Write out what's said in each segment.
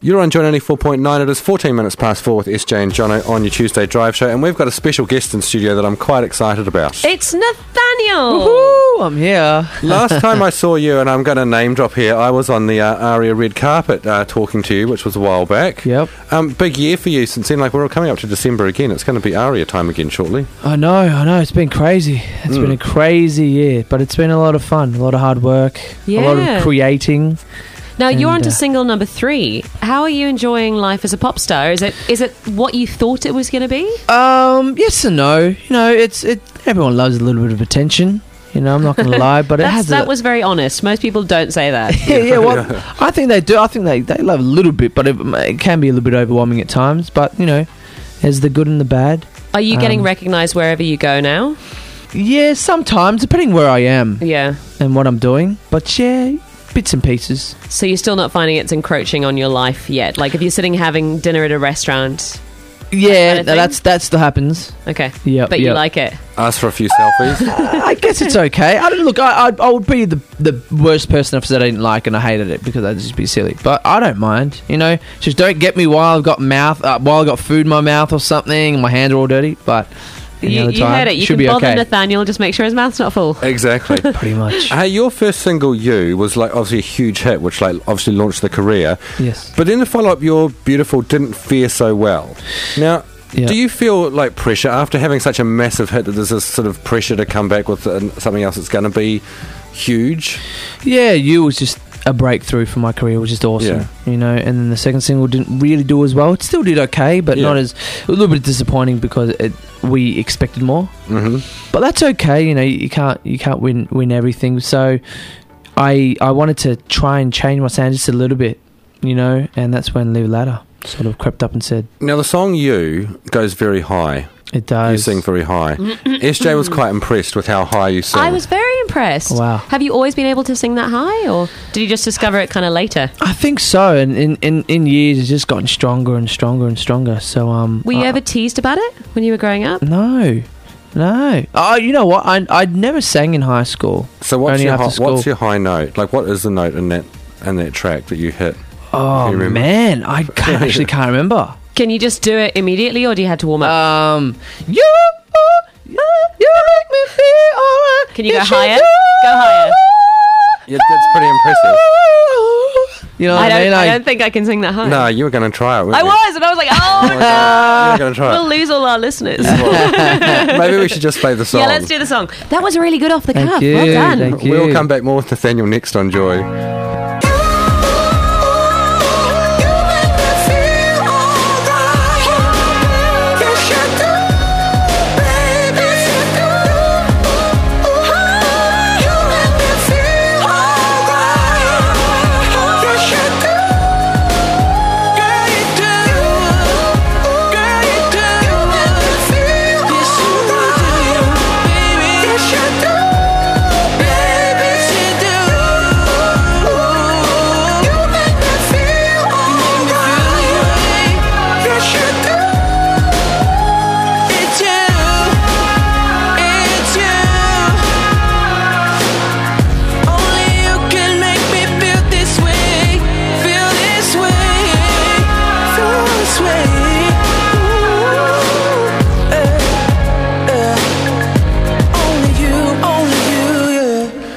You're on Joy 94.9. It is 14 minutes past four with SJ and Jono on your Tuesday drive show, and we've got a special guest in studio that I'm quite excited about. It's Nathaniel. Woohoo, I'm here. Last time I saw you, and I'm going to name drop here, I was on the uh, ARIA red carpet uh, talking to you, which was a while back. Yep. Um, big year for you since then. Like, we're coming up to December again. It's going to be ARIA time again shortly. I know, I know. It's been crazy. It's been a crazy year, but it's been a lot of fun, a lot of hard work, a lot Yeah. of creating. Now you're And, onto uh, single number three. How are you enjoying life as a pop star? Is it is it what you thought it was going to be? Um, yes and no. You know, it's it. Everyone loves a little bit of attention. You know, I'm not going to lie, but it That's- has. that a, was very honest. Most people don't say that. yeah, yeah, well, I think they do. I think they, they love a little bit, but it, it can be a little bit overwhelming at times. But you know, there's the good and the bad. Are you getting Um, recognised wherever you go now? Yeah, sometimes depending where I am Yeah. and what I'm doing. But yeah, bits and pieces. So you're still not finding it's encroaching on your life yet. Like if you're sitting having dinner at a restaurant. Yeah, of thing? that's that's the happens. Okay. Yep, But you yep. like it. Asked for a few selfies. I guess it's okay. I don't look. I, I I would be the the worst person if I said I didn't like and I hated it because I'd just be silly. But I don't mind. You know, just don't get me while I've got mouth uh, while I've got food in my mouth or something. and My hands are all dirty. But any You, other you time, heard it. You should can be bother okay. Nathaniel. Just make sure his mouth's not full. exactly. Pretty much. Hey, your first single, "You," was like obviously a huge hit, which like obviously launched the career. Yes. But in the follow up, your beautiful didn't fare so well. Now, Yeah. do you feel like pressure after having such a massive hit that there's this sort of pressure to come back with an- something else that's going to be huge? Yeah, you was just a breakthrough for my career, which is awesome. You know, and then the second single didn't really do as well. It still did okay, but Yeah. not as a little bit disappointing because it, we expected more. Mm-hmm. but that's okay. You know, you can't you can't win win everything. So, I I wanted to try and change my sound just a little bit, you know, and that's when Live Ladder sort of crept up and said, Now, the song "You" goes very high. "It does." You sing very high. SJ was quite impressed with how high you sing. I was very impressed. Wow. Have you always been able to sing that high, or did you just discover it kind of later? I think so, and in, in, in years it's just gotten stronger and stronger and stronger. So um, Were you I- ever teased about it when you were growing up? no, no. Oh, you know what? I I'd never sang in high school. So, what's Only your, after hi- school. what's your high note? Like, what is the note in that in that track that you hit? Oh you remember? man, I can't, actually can't remember. Can you just do it immediately, or do you have to warm up? Um, you. You make me feel alright. Can you go Yes, you higher? do. Go higher. Yeah, that's pretty impressive. You know I what I, don't. mean? I Like, don't think I can sing that high. No, you were going to try it. weren't I you? was, and I was like, oh, You were going to try we'll it. lose all our listeners. Well, maybe we should just play the song. Yeah, let's do the song. That was really good off the Thank cuff. you, Well done. thank you. We'll come back more with Nathaniel next on Joy.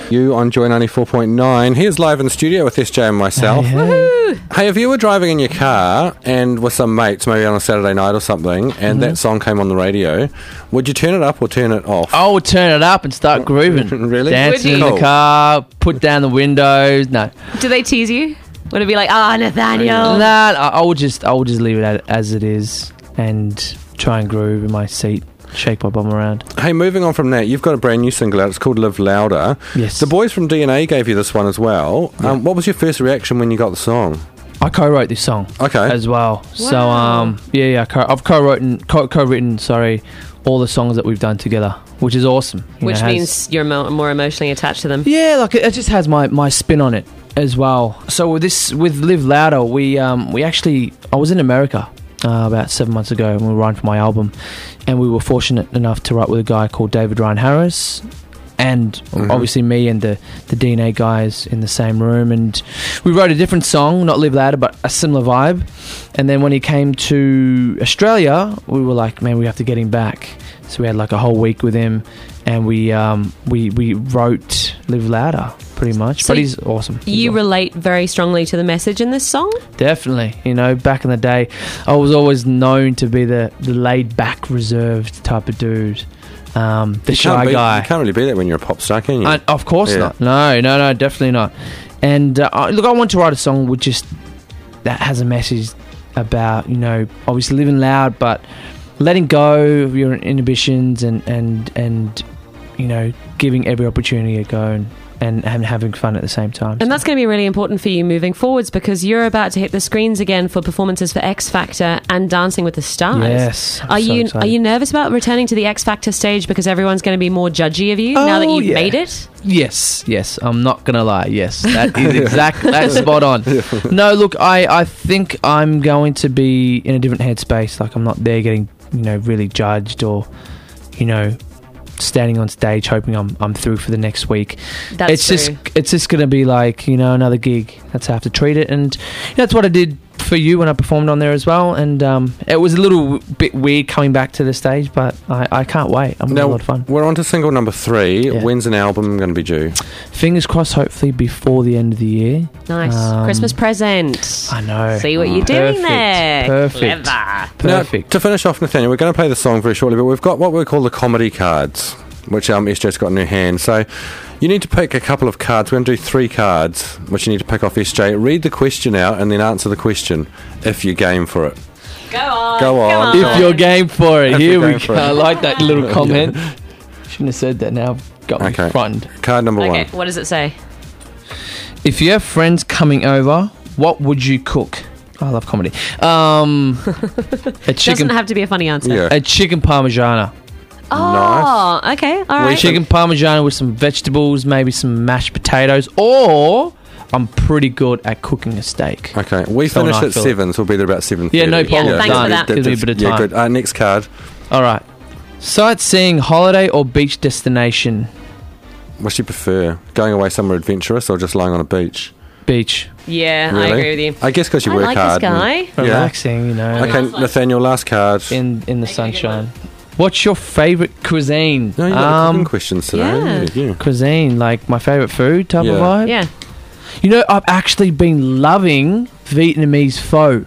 You on Joy 94.9. Here's live in the studio with SJ and myself. Hey, if you were driving in your car and with some mates, maybe on a Saturday night or something, and Mm-hmm. that song came on the radio, would you turn it up or turn it off? I would turn it up and start grooving. Mm, Really? Dancing Would in you? the car, put down the windows. No, Do they tease you? Would it be like, ah, Nathaniel? nah. I, I would just, I would just leave it at, as it is and try and groove in my seat, shake my bum around. Hey, moving on from that, you've got a brand new single out. It's called Live Louder. Yes. The boys from DNA gave you this one as well. Um, what was your first reaction when you got the song? I co-wrote this song. Okay. As well. So Wow. um, yeah, yeah. I Co- I've co-written, co- co-written. Sorry, all the songs that we've done together, which is awesome. You know, Which it has- means you're mo- more emotionally attached to them. yeah, like it, it just has my my spin on it as well. So with this with Live Louder, we um we actually I was in America uh, about seven months ago and we were writing for my album, and we were fortunate enough to write with a guy called David Ryan Harris. And Mm-hmm. obviously, me and the, the DNA guys in the same room, and we wrote a different song, not Live Louder, but a similar vibe. And then when he came to Australia, we were like, man, we have to get him back. So we had like a whole week with him, and we um, we we wrote "Live Louder" pretty much. So but he's awesome. He's You awesome. relate very strongly to the message in this song. Definitely, you know, back in the day, I was always known to be the, the laid back, reserved type of dude, um, the You can't shy be- guy. You can't really be that when you're a pop star, can you? Uh, of course Yeah. not. No, no, no, definitely not. And uh, I- look, I want to write a song which just that has a message about you know obviously living loud, but letting go of your inhibitions and and and you know giving every opportunity a go and and, and having fun at the same time. And that's going to be really important for you moving forwards because you're about to hit the screens again for performances for X Factor and Dancing with the Stars. Yes, I'm Are so you excited. are you nervous about returning to the X Factor stage because everyone's going to be more judgy of you now that Oh, you've yeah. made it? Yes, yes. I'm not gonna lie. Yes, that is exact. that's spot on. No, look, I I think I'm going to be in a different headspace. Like I'm not there getting you know really judged or you know standing on stage hoping I'm I'm through for the next week. That's it's true. just it's just gonna be like you know another gig. That's how I have to treat it, and that's what I did for you when I performed on there as well. And um, it was a little bit weird coming back to the stage, but I I can't wait. I'm gonna have a now, lot of fun. we're on to single number three. Yeah. When's an album going to be due? Fingers crossed, hopefully before the end of the year. Nice Um, Christmas present. I know. See what you're doing Perfect, there. perfect. Clever. Now, Perfect. to finish off, Nathaniel, we're going to play the song very shortly, but we've got what we call the comedy cards, which um, SJ's got in her hand. So you need to pick a couple of cards. We're going to do three cards, which you need to pick off SJ. Read the question out and then answer the question if you're game for it. Go on. Go on. Come If if you're game for it, If here you're we game go. for it. I like that little comment. Shouldn't have said that. Now I've got Okay. me frightened. Card number Okay, one. what does it say? If you have friends coming over, what would you cook? I love comedy. Um, a chicken, Doesn't have to be a funny answer. Yeah. a chicken parmigiana. Oh, okay. All We right. should- Chicken parmigiana with some vegetables, maybe some mashed potatoes, or I'm pretty good at cooking a steak. Okay, we So finish nice, at Philip. seven, so we'll be there about seven. Yeah, no problem. Yeah, thanks for that. Gives me a bit of Yeah, time. good. Uh, next card, All right. Sightseeing, holiday, or beach destination? what do you prefer? Going away somewhere adventurous or just lying on a beach? Beach. yeah, I Really? agree with you. I guess because you I work like this hard. guy. and- Relaxing, you know, Okay, Nathaniel, last card. in in the sunshine. What's your favorite cuisine? No, you got um, questions today. yeah. Yeah. you. cuisine, like my favorite food type Yeah. of vibe. Yeah. You know, I've actually been loving Vietnamese pho,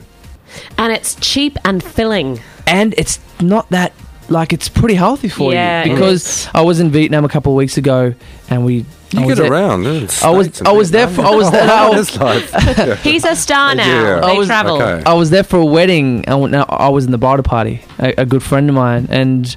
And it's cheap and filling. and it's not that like it's pretty healthy for Yeah, it you because I was in Vietnam a couple of weeks ago, and we I You was get there- around. I was I was there for, oh, I was there. I was- He's a star now. Yeah. Oh, They I was- travel. Okay. I was there for a wedding. I, went, I was in the bridal party, a, a good friend of mine, and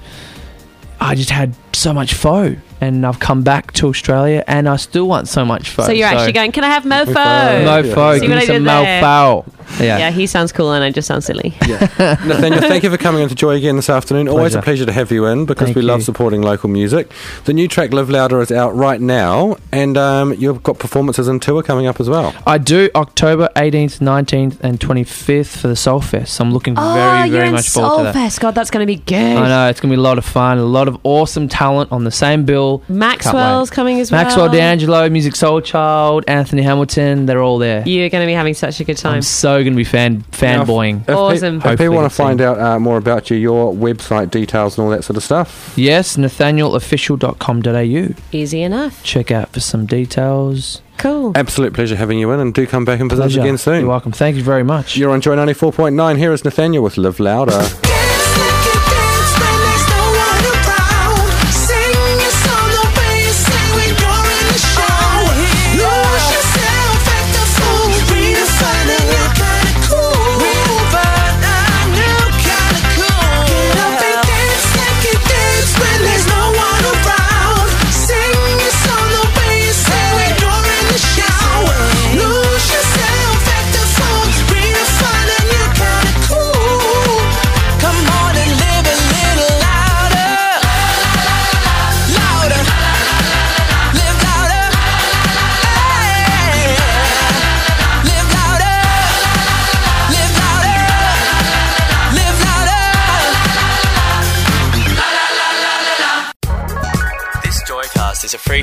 I just had so much pho. And I've come back to Australia, and I still want so much pho. So you're actually going, can I have mofo? no pho. See Give what me I some did there? mal foul. Yeah. Yeah, he sounds cool and I just sound silly. Oh. Nathaniel, thank you for coming into Joy again this afternoon. Always a pleasure to have you in because Thank we love you. supporting local music. The new track "Live Louder" is out right now, and um, you've got performances and tour coming up as well. I do October 18th, 19th, and 25th for the Soul Fest. I'm looking Oh, very, very much forward to that. Soulfest. God, that's going to be good. I know it's gonna be a lot of fun, a lot of awesome talent on the same bill. Maxwell's Can't wait. coming as well. Maxwell D'Angelo, Music Soul Child, Anthony Hamilton, they're all there. You're going to be having such a good time. I'm so gonna be fan fanboying. If pe- Awesome. if Hopefully people want we'll to find see. out uh, more about you, your website details and all that sort of stuff. Yes, nathanielofficial.com.au. Easy enough. Check out for some details. Cool. Absolute pleasure having you in, and do come back and visit us again soon. You're welcome. Thank you very much. You're on Joy ninety four point nine. Here is Nathaniel with "Live Louder." Lose yourself at the foot,